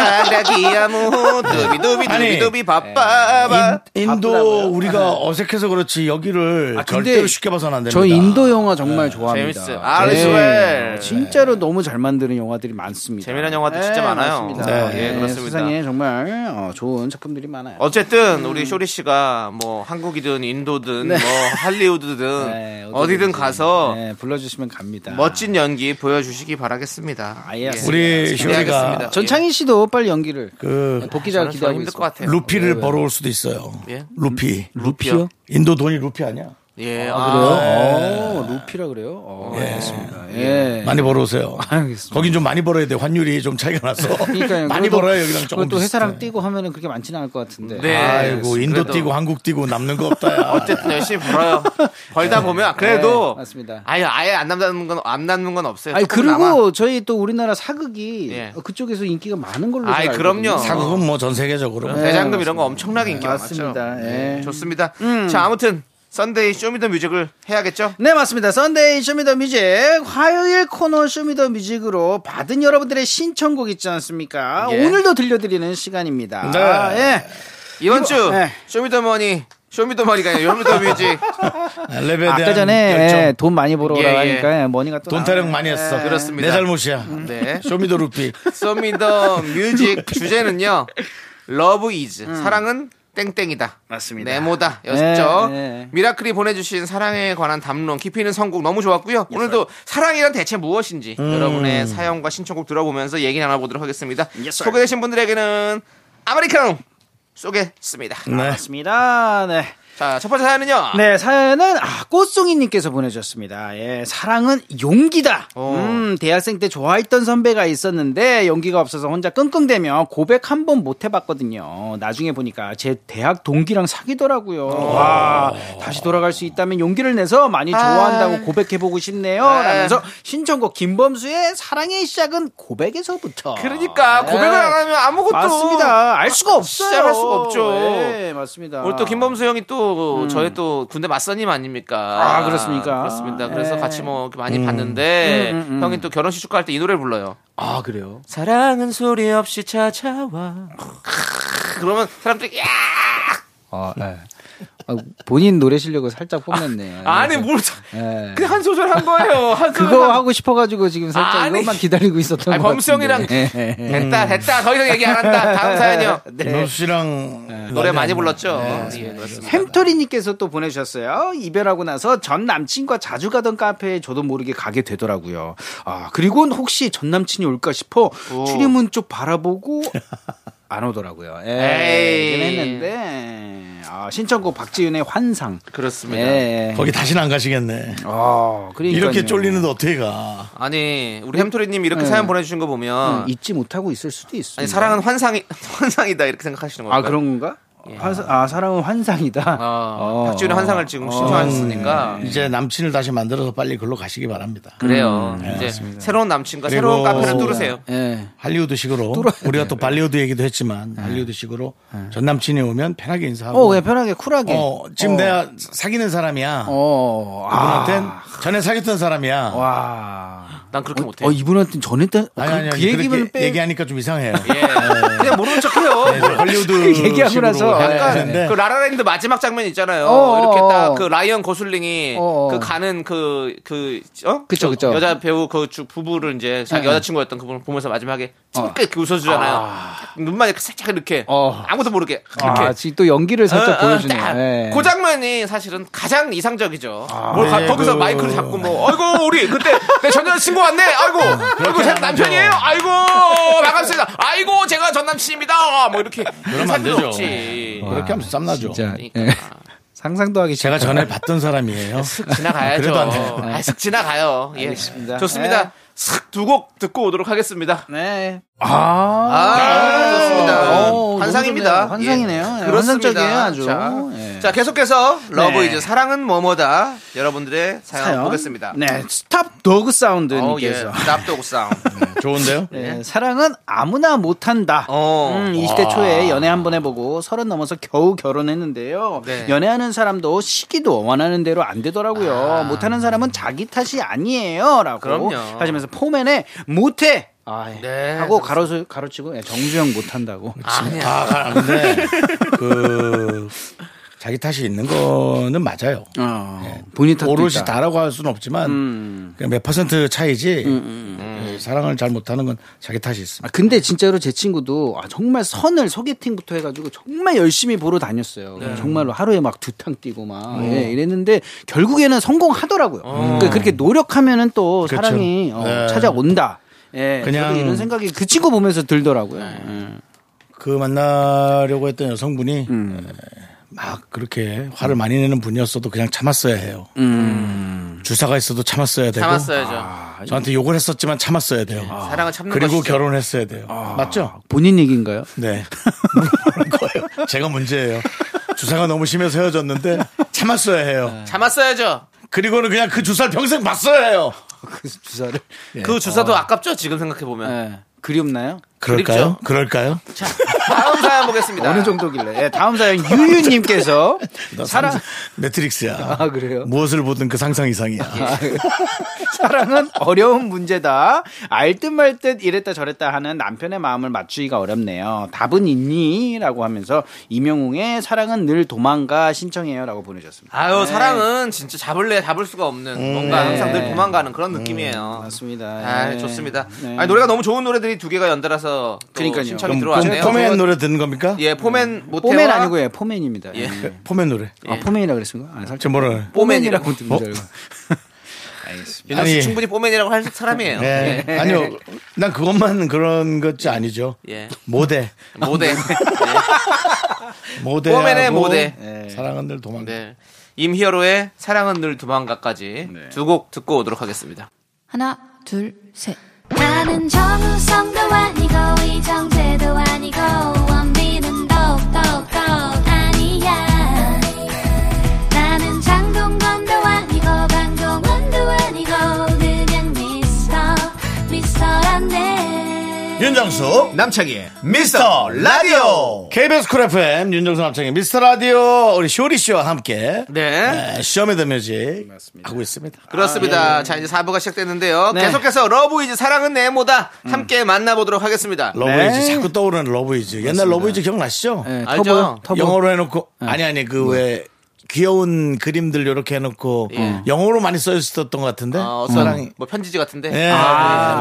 아라기야무 두비두비 두비두비 예. 바빠바 인, 인도 바쁘다고요? 네. 우리가 어색해서 그렇지 여기를 아, 근데 절대로 쉽게 봐서는 안 됩니다. 네. 저 인도 영화 정말 좋아합니다. 네. 재밌어요. 네. 아리스웰. 진짜로 너무 잘 만드는 영화들이 많습니다. 재미난 영화도 진짜 많아요. 맞습니다. 네, 예, 그렇습니다. 세상에 정말 어, 좋은 작품들이 많아요. 어쨌든 우리 쇼리 씨가 뭐 한국이든 인도든 음. 네. 뭐 할리우드든 네, 어디든 어디든지. 가서 네, 불러주시면 갑니다. 멋진 연기 보여주시기 바라겠습니다. 아, 예, 알겠습니다. 우리 알겠습니다. 쇼리가 전창희 씨도 빨리 연기를 그 복귀자를 저는 기대하고 힘들 것 있습니다. 같아요. 루피를 벌어올 수도 있어요. 예? 루피. 루피요? 인도 돈이 루피 아니야? 예, 아, 아, 그래요? 어, 루피라 그래요? 어, 예. 알겠습니다. 예. 많이 벌어오세요. 알겠습니다. 거긴 좀 많이 벌어야 돼. 환율이 좀 차이가 나서. 그러니까요. 많이 그것도- 벌어요. 여기랑 조금. 그것도 회사랑 비슷해. 뛰고 예, 하면은 그렇게 많지는 않을 것 같은데. 네. 아이고, 인도 그래도- 뛰고 한국 뛰고 남는 거 없다. 야. 어쨌든 열심히 벌어요. 벌다 보면 그래도 네, 맞습니다. 아예 아예 안 남는 건 안 남는 건 없어요. 아니 조금 그리고 남아. 저희 또 우리나라 사극이 어, 예. 그쪽에서 인기가 많은 걸로 아이, 제가 알거든요. 그럼요. 사극은 뭐 전 세계적으로. 네. 대장금 이런 거 엄청나게 인기가 맞습니다. 많죠. 예. 네, 좋습니다. 자, 아무튼 썬데이 쇼미더뮤직을 해야겠죠? 네 맞습니다. 썬데이 쇼미더뮤직 화요일 코너 쇼미더뮤직으로 받은 여러분들의 신청곡 있지 않습니까? 예. 오늘도 들려드리는 시간입니다. 네. 아, 예. 이번 주 네. 쇼미더머니 쇼미더머니가 아니라 쇼미더뮤직 랩에 대한 아까 전에 열정. 돈 아, 네. 많이 벌어 예, 오라 예. 하니까 머니가 또 돈 타령 많이 했어. 그렇습니다. 내 잘못이야. 네. 쇼미더 루피. 쇼미더뮤직 주제는요. 러브 이즈 사랑은 땡땡이다. 음. 맞습니다. 네모다 였죠. 네, 네. 미라클이 보내주신 사랑에 관한 담론 깊이 있는 선곡 너무 좋았고요. 예, 오늘도 사랑이란 대체 무엇인지 음. 여러분의 사연과 신청곡 들어보면서 얘기 나눠보도록 하겠습니다. 예, 소개되신 분들에게는 아메리카노 쏘겠습니다. 네. 맞습니다. 네. 자, 첫 번째 사연은요. 음. 네, 사연은 아, 꽃송이님께서 보내주셨습니다. 예, 사랑은 용기다. 어. 음, 대학생 때 좋아했던 선배가 있었는데 용기가 없어서 혼자 끙끙대며 고백 한 번 못 해봤거든요. 나중에 보니까 제 대학 동기랑 사귀더라고요. 어. 와, 다시 돌아갈 수 있다면 용기를 내서 많이 좋아한다고 고백해보고 싶네요. 아. 라면서 신청곡 김범수의 사랑의 시작은 고백에서부터. 그러니까 네. 고백을 안 하면 아무것도 맞습니다. 알 수가 없어요. 시작할 수가 없죠. 네, 맞습니다. 오늘 또 김범수 형이 또 저의 또 군대 맞선님 아닙니까? 음. 아, 그렇습니까? 그렇습니다. 그래서 예. 같이 뭐 이렇게 많이 봤는데 음, 음, 음. 형이 또 결혼식 축가할 때 이 노래를 불러요. 아, 그래요? 사랑은 소리 없이 찾아와. 크으, 그러면 사람들이 야 아, 예. 아, 본인 노래 실력을 살짝 뽐냈네. 아니 뭘 자- 예. 그냥 한 소절 한 거예요. 한 소절 그거 한- 하고 싶어가지고 지금 살짝 아니. 이것만 기다리고 있었던 아니, 것 범수 형이랑 같은데. 네. 예, 예, 예. 됐다 됐다 더 이상 얘기 안 한다. 다음 사연이요. 네. 김범수 네. 씨랑 노래 많이 불렀죠. 예, 그렇습니다. 햄토리님께서 또 보내주셨어요. 이별하고 나서 전 남친과 자주 가던 카페에 저도 모르게 가게 되더라고요. 아 그리고 혹시 전 남친이 올까 싶어 출입문 쪽 바라보고 안 오더라고요. 예, 에이. 그긴 했는데 아, 신청곡 박지윤의 환상. 그렇습니다. 예. 거기 다시는 안 가시겠네. 아, 그러니까요. 이렇게 쫄리는데 어떻게 가? 아니 우리 햄토리님 이렇게 사연 보내주신 거 보면 네. 음, 잊지 못하고 있을 수도 있어요. 아니 사랑은 환상이 환상이다 이렇게 생각하시는 아 걸까요? 그런 건가? 환상, 아 사랑은 환상이다. 어, 어. 박지훈의 환상을 지금 신청하셨으니까 네. 이제 남친을 다시 만들어서 빨리 글로 가시기 바랍니다. 음, 그래요. 네, 이제 새로운 남친과 새로운 그리고- 카페를 뚫으세요. 예. 할리우드식으로 우리가 또 발리우드 얘기도 했지만 할리우드식으로 전 남친이 오면 편하게 인사하고 네. 어 그냥 편하게 쿨하게. 어, 지금 어. 내가 사귀는 사람이야. 어. 아. 그분한텐 전에 사귀었던 사람이야. 와. 난 그렇게 못해요. 어 이분한테 전에 때. 네. 아니 아니 그 아니, 얘기면 그렇게 빼. 얘기하니까 좀 이상해요. 예. 그냥 모르는 척해요. 네, 저 할리우드 얘기하고 나서, 약간 약간 그 라라랜드 마지막 장면 있잖아요. 네, 어, 이렇게 어, 딱 어. 그 라이언 고슬링이 어, 어. 그 가는 그 그어 그쵸, 그쵸. 여자 배우 그 주- 부부를 이제 자기 네. 여자친구였던 그분을 보면서 마지막에 찡긋 이렇게 웃어주잖아요. 눈만 이렇게 살짝 이렇게 어. 아무도 모르게 이렇게 아 지금 또 연기를 살짝 어, 어, 보여주네요. 딱. 예. 그 장면이 사실은 가장 이상적이죠. 뭘 가- 네, 거기서 그- 마이크를 잡고 뭐, 아이고 우리 그때 내 전 남친구 왔네. 아이고, 아이고 제 남편이에요. 아이고 반갑습니다. 아이고 제가 전 남친입니다. 뭐 이렇게 그러면 안 되죠. 아, 지 그러니까 그렇게 하면 쌈나죠. 진짜. 예. 상상도 하기 제가 전에 봤던 사람이에요. 지나가야죠. 그래도 안 돼요. 아, 슥 지나가요. 예. 알겠습니다. 네. 좋습니다. 슥 두 곡 듣고 오도록 하겠습니다. 네. 아, 좋습니다. 오, 환상입니다. 너무 좋네요. 어, 환상이네요. 예. 예, 그렇습니다. 환상적이에요, 아주. 자, 예. 자, 계속해서 러브 네. 이제 사랑은 뭐뭐다 여러분들의 사연, 사연. 보겠습니다. 네. 스탑 어, 도그 예. 사운드님께서. 납도국 싸움. 좋은데요? 예, 사랑은 아무나 못한다. 네. 어. 음, 20대 초에 연애 한 번 해보고 서른 넘어서 겨우 결혼했는데요. 네. 연애하는 사람도 시기도 원하는 대로 안 되더라고요. 못하는 사람은 자기 탓이 아니에요라고 아. 그럼요. 하시면서 포맨에 못해. 아, 예. 네, 아, 하고 가로수 아, 가로치고 예, 정주영 못한다고. 다 가는데 아, 그 자기 탓이 있는 거는 맞아요. 어, 본인 탓도 오롯이 있다. 음. 다라고 할 수는 없지만 그냥 몇 퍼센트 차이지 예, 사랑을 잘 못하는 건 자기 탓이 있습니다. 아, 근데 진짜로 제 친구도 아, 정말 선을 소개팅부터 해가지고 정말 열심히 보러 다녔어요. 네. 정말로 하루에 막 두 탕 뛰고 어. 막 예, 이랬는데 결국에는 성공하더라고요. 그러니까 그렇게 노력하면은 또 그렇죠. 사랑이 어, 네. 찾아온다. 예, 그냥- 네. 그냥 이런 생각이 그 친구 보면서 들더라고요. 예. 그 만나려고 했던 여성분이 에, 막 그렇게 화를 많이 내는 분이었어도 그냥 참았어야 해요. 주사가 있어도 참았어야 되고 참았어야죠. 아. 저한테 욕을 했었지만 참았어야 돼요. 사랑은 참는 그리고 것이죠. 결혼했어야 돼요. 아, 아. 맞죠? 본인 얘기인가요? 네. 물어보는 거예요. 제가 문제예요. 주사가 너무 심해서 헤어졌는데 참았어야 네. 해요. 참았어야죠. 그리고는 그냥 그 주사를 평생 봤어야 해요. 그 주사를. 그 주사도 어. 아깝죠. 지금 생각해 보면. 예. 그리움나요? 그럴까요? 그럴까요? 다음 사연 보겠습니다. 어느 정도길래? 예, 다음 사연 유유님께서 나 사랑 상상- 매트릭스야. 아, 그래요? 무엇을 보든 그 상상 예, 이상이야. 사랑은 어려운 문제다. 알듯 말듯 이랬다 저랬다 하는 남편의 마음을 맞추기가 어렵네요. 답은 있니? 라고 하면서 이명웅의 사랑은 늘 도망가 신청해요. 라고 보내셨습니다. 아유, 사랑은 진짜 잡을래 잡을 수가 없는 뭔가 항상 늘 네. 도망가는 그런 느낌이에요. 맞습니다. 아, 예. 좋습니다. 네. 아니, 노래가 너무 좋은 노래들이 두 개가 연달아서 또 그러니까요. 그럼 신청이 들어왔네요. 포맨 그건- 노래 듣는 겁니까? 예, 포맨 모태 음. 포맨 아니고 예, 포맨입니다. 예. 예. 포맨 노래. 아, 포맨이라 그랬습니까? 아, 살짝 저 뭐라 포맨이라고 듣는 어? 줄 알고. 윤정수 아니. 충분히 포맨이라고 할 사람이에요. 네. 아니요. 난 그것만 그런 것이 아니죠. 예. 모대. 모델. 예. 모대. 예, 뽀맨의 모대. 사랑은 늘 도망가. 네. 임희어로의 사랑은 늘 도망가까지 네. 두 곡 듣고 오도록 하겠습니다. 하나, 둘, 셋. 나는 정우성도 아니고, 이정재도 아니고, 원빈은 더욱더 아니야. 나는 장동건도 아니고, 방종원도 아니고, 그냥 미스터, 미스터란데. 윤정수 남창희의 미스터 라디오 KBS 쿨 FM 윤정수 남창의 미스터 라디오 우리 쇼리 씨와 함께 네. 네, 시험에 더 뮤직 하고 있습니다. 아, 그렇습니다. 자, 이제 4부가 시작됐는데요. 네. 음. 계속해서 러브이즈 사랑은 네모다 함께 만나보도록 하겠습니다. 러브이즈 자꾸 떠오르는 러브이즈. 옛날 러브이즈 기억나시죠? 네, 알죠? 터보, 터보. 영어로 해놓고 아니 아니 그 왜 귀여운 그림들 요렇게 해놓고 영어로 많이 써 있었던 것 같은데. 어, 음. 어떤 뭐 편지지 같은데. 예, 아,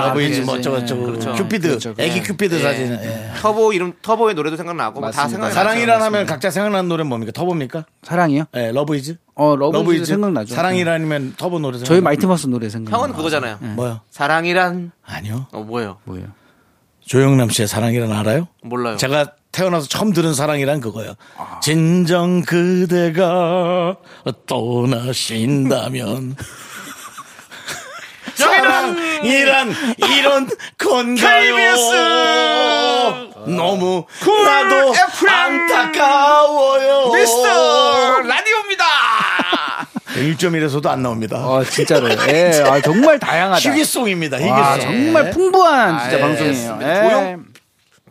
네, 러브이즈 러브이즈. 뭐 어쩌고 저쩌고 그렇죠. 큐피드 그렇죠, 그렇죠. 애기 큐피드 예. 사진 예. 터보 이름 터보의 노래도 생각나고 뭐다 맞습니다. 생각나죠. 사랑이란 하면 각자 생각나는 노래 뭡니까 터보입니까? 사랑이요? 예, 러브이즈 어, 러브이즈 생각나죠. 네. 예. 사랑이라면 터보 노래 저희 생각나요? 마이티마스 노래 생각. 형은 그거잖아요. 뭐요? 사랑이란 아니요 어 뭐예요? 뭐예요? 조영남 씨의 사랑이란 알아요? 몰라요. 제가 태어나서 처음 들은 사랑이란 그거예요. 진정 그대가 떠나신다면. 사랑이란 이런 건가요? 너무 나도 안타까워요. 미스터 라디오입니다. 1.1에서도 안 나옵니다. 어, 아 진짜로. 예, 아, 정말 다양하다. 희귀송입니다. 희귀송. 아, 정말 풍부한 진짜 아, 예, 방송이에요. 알겠습니다. 예. 조용-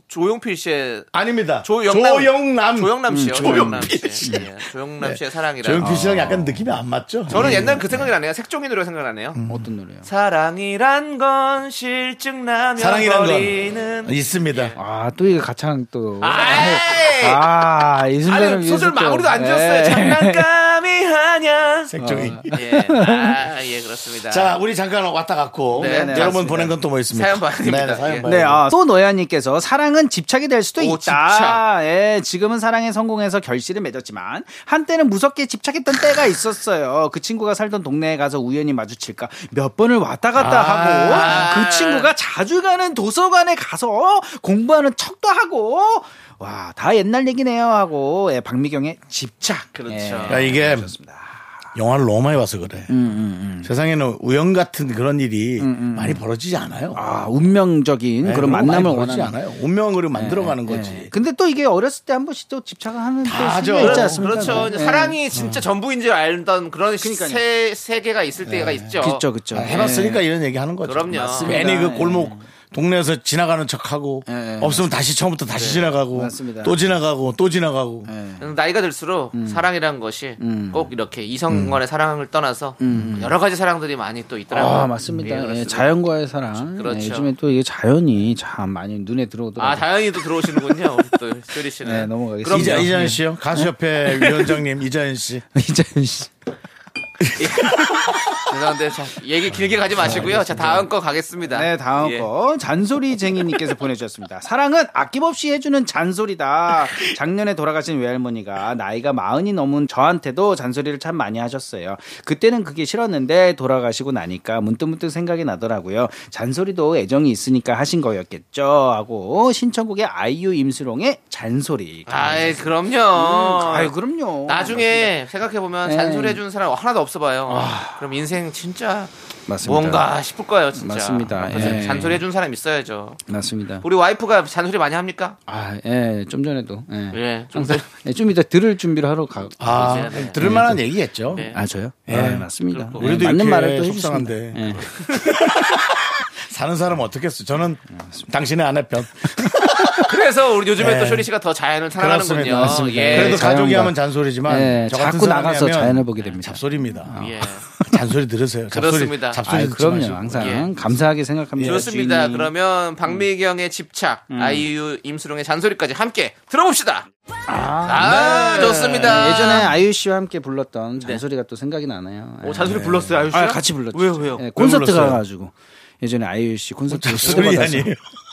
조용필 씨의 아닙니다. 조영남. 조영남. 조영남 씨요. 조영남 조용필 씨. 예, 조영남 씨의 사랑이란. 어. 조영필 씨랑 예. 약간 느낌이 안 맞죠? 아. 저는 옛날 그 생각이 나네요. 색종이 노래 생각나네요. 예. 음. 어떤 노래요? 사랑이란 건 실증 나면 사랑이란 버리는 건 있습니다. 예. 아, 또 이거 가창 또. 아, 네. 아이! 아, 이 순간을 아니 소절 위해서 또- 마무리도 안 지었어요. 예. 장난감이 하냐? 색종이. 예, 아, 예 그렇습니다. 자, 우리 잠깐 왔다 갔고 네, 네, 여러분 맞습니다. 보낸 건 또 뭐 있습니까? 사연 봐야됩니다. 네, 사연 예. 봐야 네, 돼요. 아, 소노야님께서 사랑은 집착이 될 수도 오, 있다. 집착. 예, 지금은 사랑에 성공해서 결실을 맺었지만 한때는 무섭게 집착했던 때가 있었어요. 그 친구가 살던 동네에 가서 우연히 마주칠까 몇 번을 왔다 아. 갔다 하고 그 친구가 자주 가는 도서관에 가서 공부하는 척도 하고 와, 다 옛날 얘기네요 하고 예, 박미경의 집착. 예. 그렇죠. 그러니까 이게 영화를 너무 많이 봐서 그래. 음, 세상에는 우연 같은 그런 일이 많이 벌어지지 않아요. 아, 운명적인 네, 그런 그런 거 많이 만남을 벌어지지 원하는 않아요. 운명으로 네, 만들어가는 예. 거지. 그, 근데 또 이게 어렸을 때 한 번씩 또 집착을 하는 또 아, 순간 저- 있지 않습니까? 네. 그렇죠. 이제 사랑이 진짜 전부인 줄 알던 그런 그러니까요. 세 세계가 있을 때가 있죠. 그렇죠, 그렇죠. 아, 해봤으니까 이런 얘기 하는 거죠. 그럼요. 맞습니다. 네. 괜히 그 골목 동네에서 지나가는 척하고 예, 예. 없으면 다시 처음부터 네. 다시 지나가고 맞습니다. 또 지나가고 또 지나가고 네. 음, 나이가 들수록 음. 사랑이라는 것이 꼭 이렇게 이성 간의 사랑을 떠나서 여러 가지 사랑들이 많이 또 있더라고요. 음. 아 예, 맞습니다. 예, 그렇습니다. 자연과의 사랑. 그렇죠. 예, 요즘에 또 이게 자연이 참 많이 눈에 들어오더라고요. 아 자연이 또 들어오시는군요. 우리 또 쇼리 씨는 네, 넘어가겠습니다. 그럼요. 이자, 이자연 씨요. 가수협회 위원장님 이자연 씨. 네. 이자연 씨. 죄송한데 자, 얘기 길게 가지 마시고요. 자 다음 거 가겠습니다. 네, 다음 예. 거 잔소리쟁이님께서 보내주셨습니다. 사랑은 아낌없이 해주는 잔소리다. 작년에 돌아가신 외할머니가 나이가 마흔이 넘은 저한테도 잔소리를 참 많이 하셨어요. 그때는 그게 싫었는데 돌아가시고 나니까 문득문득 생각이 나더라고요. 잔소리도 애정이 있으니까 하신 거였겠죠 하고 신청곡의 아이유 임수롱의 잔소리. 아이 그럼요. 음, 아유 그럼요. 나중에 생각해 보면 네. 아. 잔소리 해주는 사람 하나도 없어봐요. 그럼 인생 진짜 맞습니다. 뭔가 싶을 거예요, 진짜. 맞습니다. 그래서 예. 잔소리 해준 사람 있어야죠. 맞습니다. 우리 와이프가 잔소리 많이 합니까? 아, 예, 좀 전에도. 예. 예, 좀 항상 예, 좀 이따 들을 준비를 하러 가. 아, 네. 들을 만한 얘기겠죠. 네. 아, 저요? 예. 아, 맞습니다. 그렇고. 예, 우리도 맞는 이렇게 말을 또 속상한데. 해주신데. 예. 사는 사람 은 어떻겠어? 저는 당신의 아내 편. 그래서 우리 요즘에 예. 또 쇼리 씨가 더 자연을 사랑하는군요. 그렇습니다. 네. 맞습니다. 예. 그래도 자연과- 가족이 하면 잔소리지만 예, 저 같은 자꾸 사람이 나가서 하면 자연을 보게 됩니다. 잡소리입니다. 예. 잔소리 들으세요. 잡소리, 그렇습니다. 잡소리 아, 듣지 그럼요. 마시고. 항상 예. 감사하게 생각합니다. 좋습니다. 주인님. 음. 그러면 박미경의 집착, 아이유 임수롱의 잔소리까지 함께 들어봅시다. 아, 좋습니다. 네. 예전에 아이유 씨와 함께 불렀던 잔소리가 또 생각이 나네요. 예. 오, 잔소리 네. 불렀어요, 아이유 씨. 아, 같이 불렀죠. 왜요, 왜요? 예, 콘서트 불렀어요? 가가지고 예전에 아이유 씨 콘서트 잔소리 아니에요.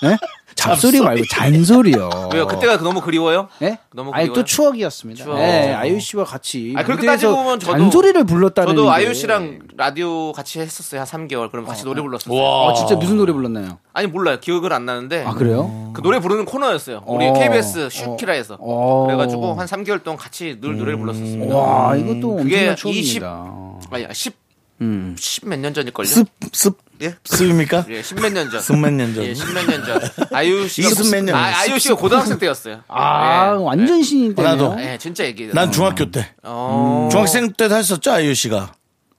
예? 잡소리 말고 잔소리요. 왜요? 그때가 너무 그리워요? 예? 너무 아니 그리워요? 또 추억이었습니다. 추억. 예, 아이유 씨와 같이 아, 그렇게 무대에서 따지고 보면 저도- 잔소리를 불렀다는 저도 게- 아이유 씨랑 라디오 같이 했었어요. 한 3개월. 그럼 같이 노래 불렀어요. 아, 진짜 무슨 노래 불렀나요? 아니 몰라요. 기억을 안 나는데. 아 그래요? 그 노래 부르는 코너였어요. 우리 어. KBS 슈키라에서. 어. 그래가지고 한 3개월 동안 같이 늘 음. 노래를 불렀었습니다. 와 이것도 그게 엄청난 추억입니다. 아니, 10, 음. 10몇 년 전일걸요? 습, 습, 예? 습입니까? 예, 10몇 년 전. 습몇 년 전. 예, 10몇 년 전. 아이유 씨가. 이십 몇 년. 아, 아이유 씨가 고등학생 때였어요. 아 예. 완전 신인 때네요. 나도. 예, 진짜 얘기예요. 난 중학교 때. 어. 중학생 때도 했었죠, 아이유 씨가.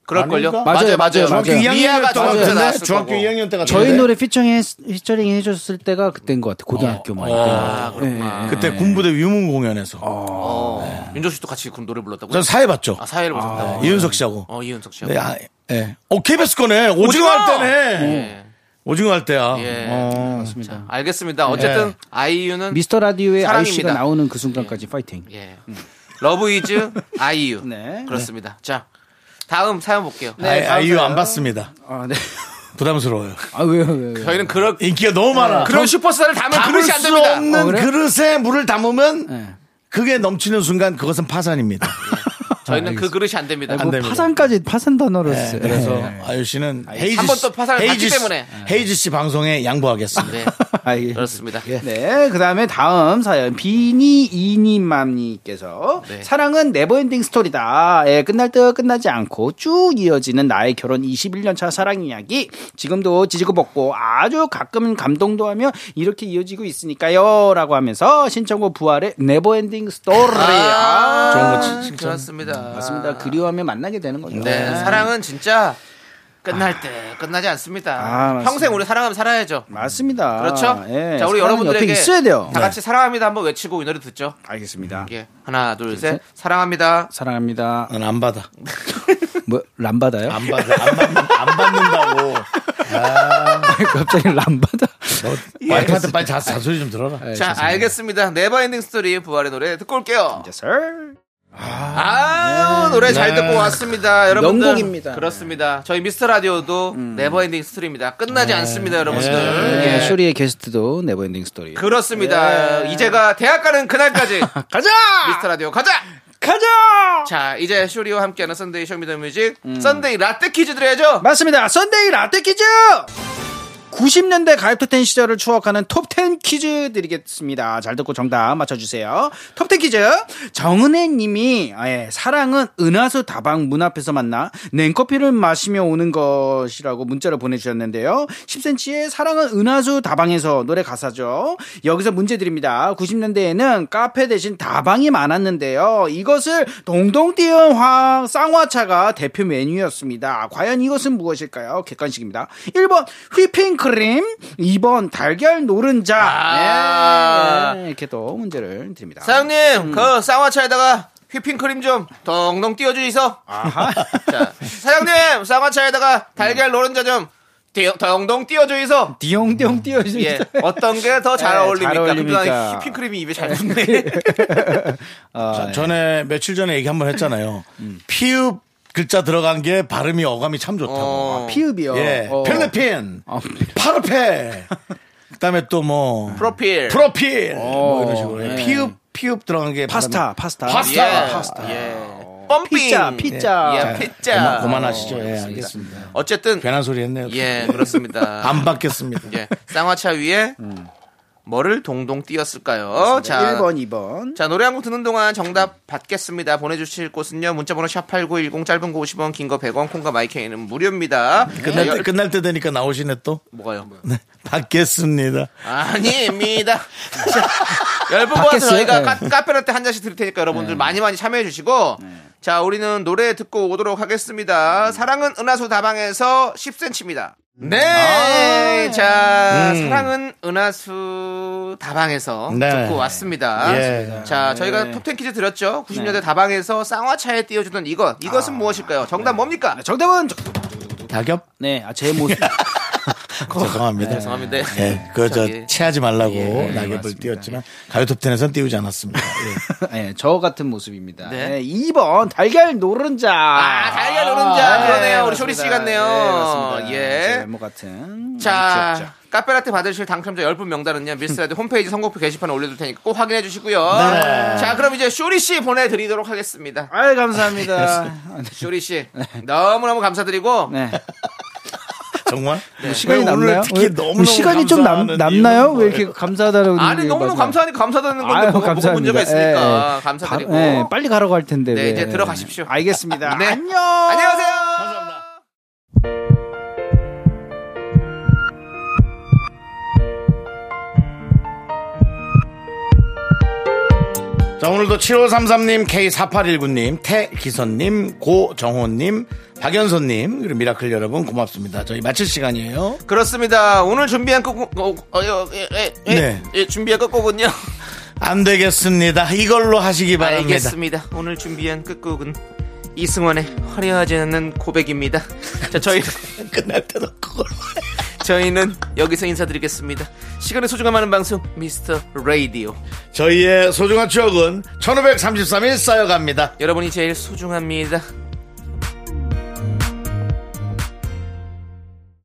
그럴걸요? 아닌가? 맞아요, 맞아요. 중학교 맞아요. 2학년 미아가 때 저한테 같은데? 나왔을 중학교 거고. 2학년 때 같은데? 저희 노래 피처링 했, 피처링 해줬을 때가 그때인 것 같아. 고등학교 만 아, 그렇구나. 그때 군부대 위문 공연에서. 어. 윤정 씨도 같이 그럼 노래 불렀다고요? 전 사회 봤죠. 아, 사회를 보셨다고. 이윤석 씨하고. 어, 이윤석 씨하고. 네, 아, 예. 어, KBS 거네. 오징어, 할 때네. 예. 오징어 할 때야. 예. 맞습니다. 알겠습니다. 어쨌든 아이유는 미스터 라디오의 아이유 씨가 사랑입니다. 나오는 그 순간까지 파이팅. 예. 러브 이즈 아이유. 네. 그렇습니다. 자. 다음 사연 볼게요. 아, 이유 안 봤습니다. 아 네. 부담스러워요. 아 왜요 왜요? 왜요? 저희는 그런 인기가 너무 많아. 네. 그런 슈퍼스타를 담을 그릇이 안 수 됩니다. 없는 어, 그래요? 그릇에 물을 담으면 네. 그게 넘치는 순간 그것은 파산입니다. 저희는 그 그릇이 안 됩니다. 안 뭐 됩니다. 파산까지 파산 단어를 네, 쓰- 그래서 네. 아유 씨는 헤이즈 한번또 씨- 파산을 받기 씨- 때문에. 헤이즈 씨 방송에 양보하겠습니다. 네. 그렇습니다. 알겠습니다. 네, 그 다음에 다음 사연. 비니 이니맘님께서 네. 사랑은 네버엔딩 스토리다. 예, 끝날 듯 끝나지 않고 쭉 이어지는 나의 결혼 21년 차 사랑 이야기. 지금도 지지고 볶고 아주 가끔 감동도 하며 이렇게 이어지고 있으니까요. 라고 하면서 신청곡 부활의 네버엔딩 스토리. 아, 좋은 거 그렇습니다. 맞습니다. 그리워하면 만나게 되는 거죠. 예. 네, 사랑은 진짜 끝날 때 끝나지 않습니다. 아, 맞습니다. 평생 우리 사랑하면 살아야죠. 맞습니다. 그렇죠? 예, 자, 우리 사랑은 여러분들에게 옆에 있어야 돼요. 네, 다 같이 사랑합니다 한번 외치고 이 노래 듣죠. 알겠습니다. 예. 하나, 둘, 셋. 사랑합니다. 사랑합니다. 난 안 받아. 뭐, 람바다요? 안 받아. 안, 받는, 안 받는다고. 아. 갑자기 람바다? 예. 와이프한테 빨리 자, 잔소리 좀 들어라. 네, 자, 알겠습니다. 네버엔딩 스토리 부활의 노래 듣고 올게요. Yes, 아유, 노래 잘 듣고 왔습니다. 여러분들. 네. 명곡입니다. 음. 그렇습니다. 저희 미스터 라디오도 네버엔딩 스토리입니다. 끝나지 않습니다, 여러분들. 네, 예. 쇼리의 네. 게스트도 네버엔딩 스토리. 그렇습니다. 이제가 대학 가는 그날까지 그, 가자! 미스터 라디오 가자! 가자! 자, 이제 쇼리와 함께하는 썬데이 쇼미더뮤직 음. 썬데이 라떼 퀴즈 드려야죠. 맞습니다. 썬데이 라떼 퀴즈! 90년대 가입토텐 시절을 추억하는 톱10 퀴즈 드리겠습니다. 잘 듣고 정답 맞춰주세요. 톱10 퀴즈. 정은혜 님이, 아, 예, 사랑은 은하수 다방 문 앞에서 만나 냉커피를 마시며 오는 것이라고 문자를 보내주셨는데요. 10cm의 사랑은 은하수 다방에서 노래 가사죠. 여기서 문제 드립니다. 90년대에는 카페 대신 다방이 많았는데요. 이것을 동동 띄운 화, 쌍화차가 대표 메뉴였습니다. 과연 이것은 무엇일까요? 객관식입니다. 1번 휘핑크림, 2번 달걀 노른자. 아. 네, 네, 이렇게 또 문제를 드립니다. 사장님, 그 쌍화차에다가 휘핑크림 좀 동동 띄워주이소. 자, 사장님, 쌍화차에다가 달걀 노른자 좀 띄- 동동 띄워주이소. 디용디용 띄워주세요. 예, 어떤 게 더 잘 예, 어울립니까? 잘 어울립니까? 근데 휘핑크림이 입에 잘 붙네. 어, 네. 자, 전에 며칠 전에 얘기 한 번 했잖아요. 음. 피읍 글자 들어간 게 발음이 어감이 참 좋다고. 어, 피읍이요. 예. 어. 필리핀. 아, 파르페. 그다음에 또 뭐 예. 프로필. 프로필. 뭐 이런 식으로. 예. 피읍 피읍 들어간 게 어, 네. 파스타, 발음이- 파스타. 예, 파스타. 파스타. 예. 펌핑. 피자, 피자. 예, 피자. 그만, 하시죠 예, 알겠습니다. 어쨌든, 괜한 소리 했네요. 예, 그렇습니다. 안 받겠습니다. 예, 쌍화차 위에 뭐를 동동 띄었을까요? 자, 네, 1번, 2번. 자 노래 한 곡 듣는 동안 정답 받겠습니다. 보내주실 곳은요. 문자번호 샵 #8910 짧은 거 50원, 긴 거 100원, 콩과 마이케이는 무료입니다. 끝날 자, 때, 열- 끝날 때 되니까 나오시네 또. 뭐가요? 네, 받겠습니다. 아닙니다. 자, 열분 모아서 받겠어요? 저희가 네. 카- 카페라떼 한 잔씩 드릴 테니까 여러분들 많이 많이 참여해 주시고 자 우리는 노래 듣고 오도록 음. 하겠습니다. 사랑은 은하수 다방에서 10cm입니다. 네, 아. 자 음. 사랑은 은하수 다방에서 네. 듣고 왔습니다. 네. 예. 자 저희가 톱텐 퀴즈 드렸죠. 네. 90년대 다방에서 쌍화차에 띄워주던 이것 이것은 무엇일까요? 정답 뭡니까? 아. 네. 정답은 저- 낙엽? 네, 아, 제 모습. 네, 죄송합니다. 죄송합니다. 예, 그저 저기- 체하지 말라고 예, 낙엽을 띄웠지만 가요톱텐에선 띄우지 않았습니다. 예. 네, 저 같은 모습입니다. 네. 네. 2번 달걀 노른자. 아, 달걀 노른자. 그러네요. 우리 쇼리 씨 같네요. 네, 예, 맞습니다. 예. 제 외모 같은. 자, 귀엽죠? 카페라떼 받으실 당첨자 10분 명단은요. 미스라디 홈페이지 선곡표 게시판에 올려둘 테니까 꼭 확인해 주시고요. 네. 자, 그럼 이제 쇼리 씨 보내드리도록 하겠습니다. 아유 감사합니다. 쇼리 씨 너무너무 감사드리고 네. 정말? 시간이 왜 오늘 남나요? 특히 왜- 너무너무 뭐 시간이 좀 남, 감사하는 남나요? 이유는 왜 이렇게 감사하다라고 뭐 아니 너무너무 감사하니 감사하는 건데 아유, 뭐가 뭐가 문제가 있으니까 예. 감사드리고 바- 예, 빨리 가라고 할 텐데. 네, 왜. 이제 들어가십시오. 알겠습니다. 네. 안녕. 안녕하세요. 자, 오늘도 7533님, K4819님, 태기선님, 고정호님, 박연선님, 그리고 미라클 여러분 고맙습니다. 저희 마칠 시간이에요. 그렇습니다. 오늘 준비한 끝곡 어, 어, 어, 예, 예, 예, 네. 예, 준비한 끝곡은요. 안 되겠습니다. 이걸로 하시기 바랍니다. 알겠습니다. 오늘 준비한 끝곡은 이승원의 화려하지 않는 고백입니다. 자, 저희 끝날 때도 그걸. 저희는 여기서 인사드리겠습니다. 시간의 소중함 하는 방송 미스터 라디오. 저희의 소중한 추억은 1533일 쌓여갑니다. 여러분이 제일 소중합니다.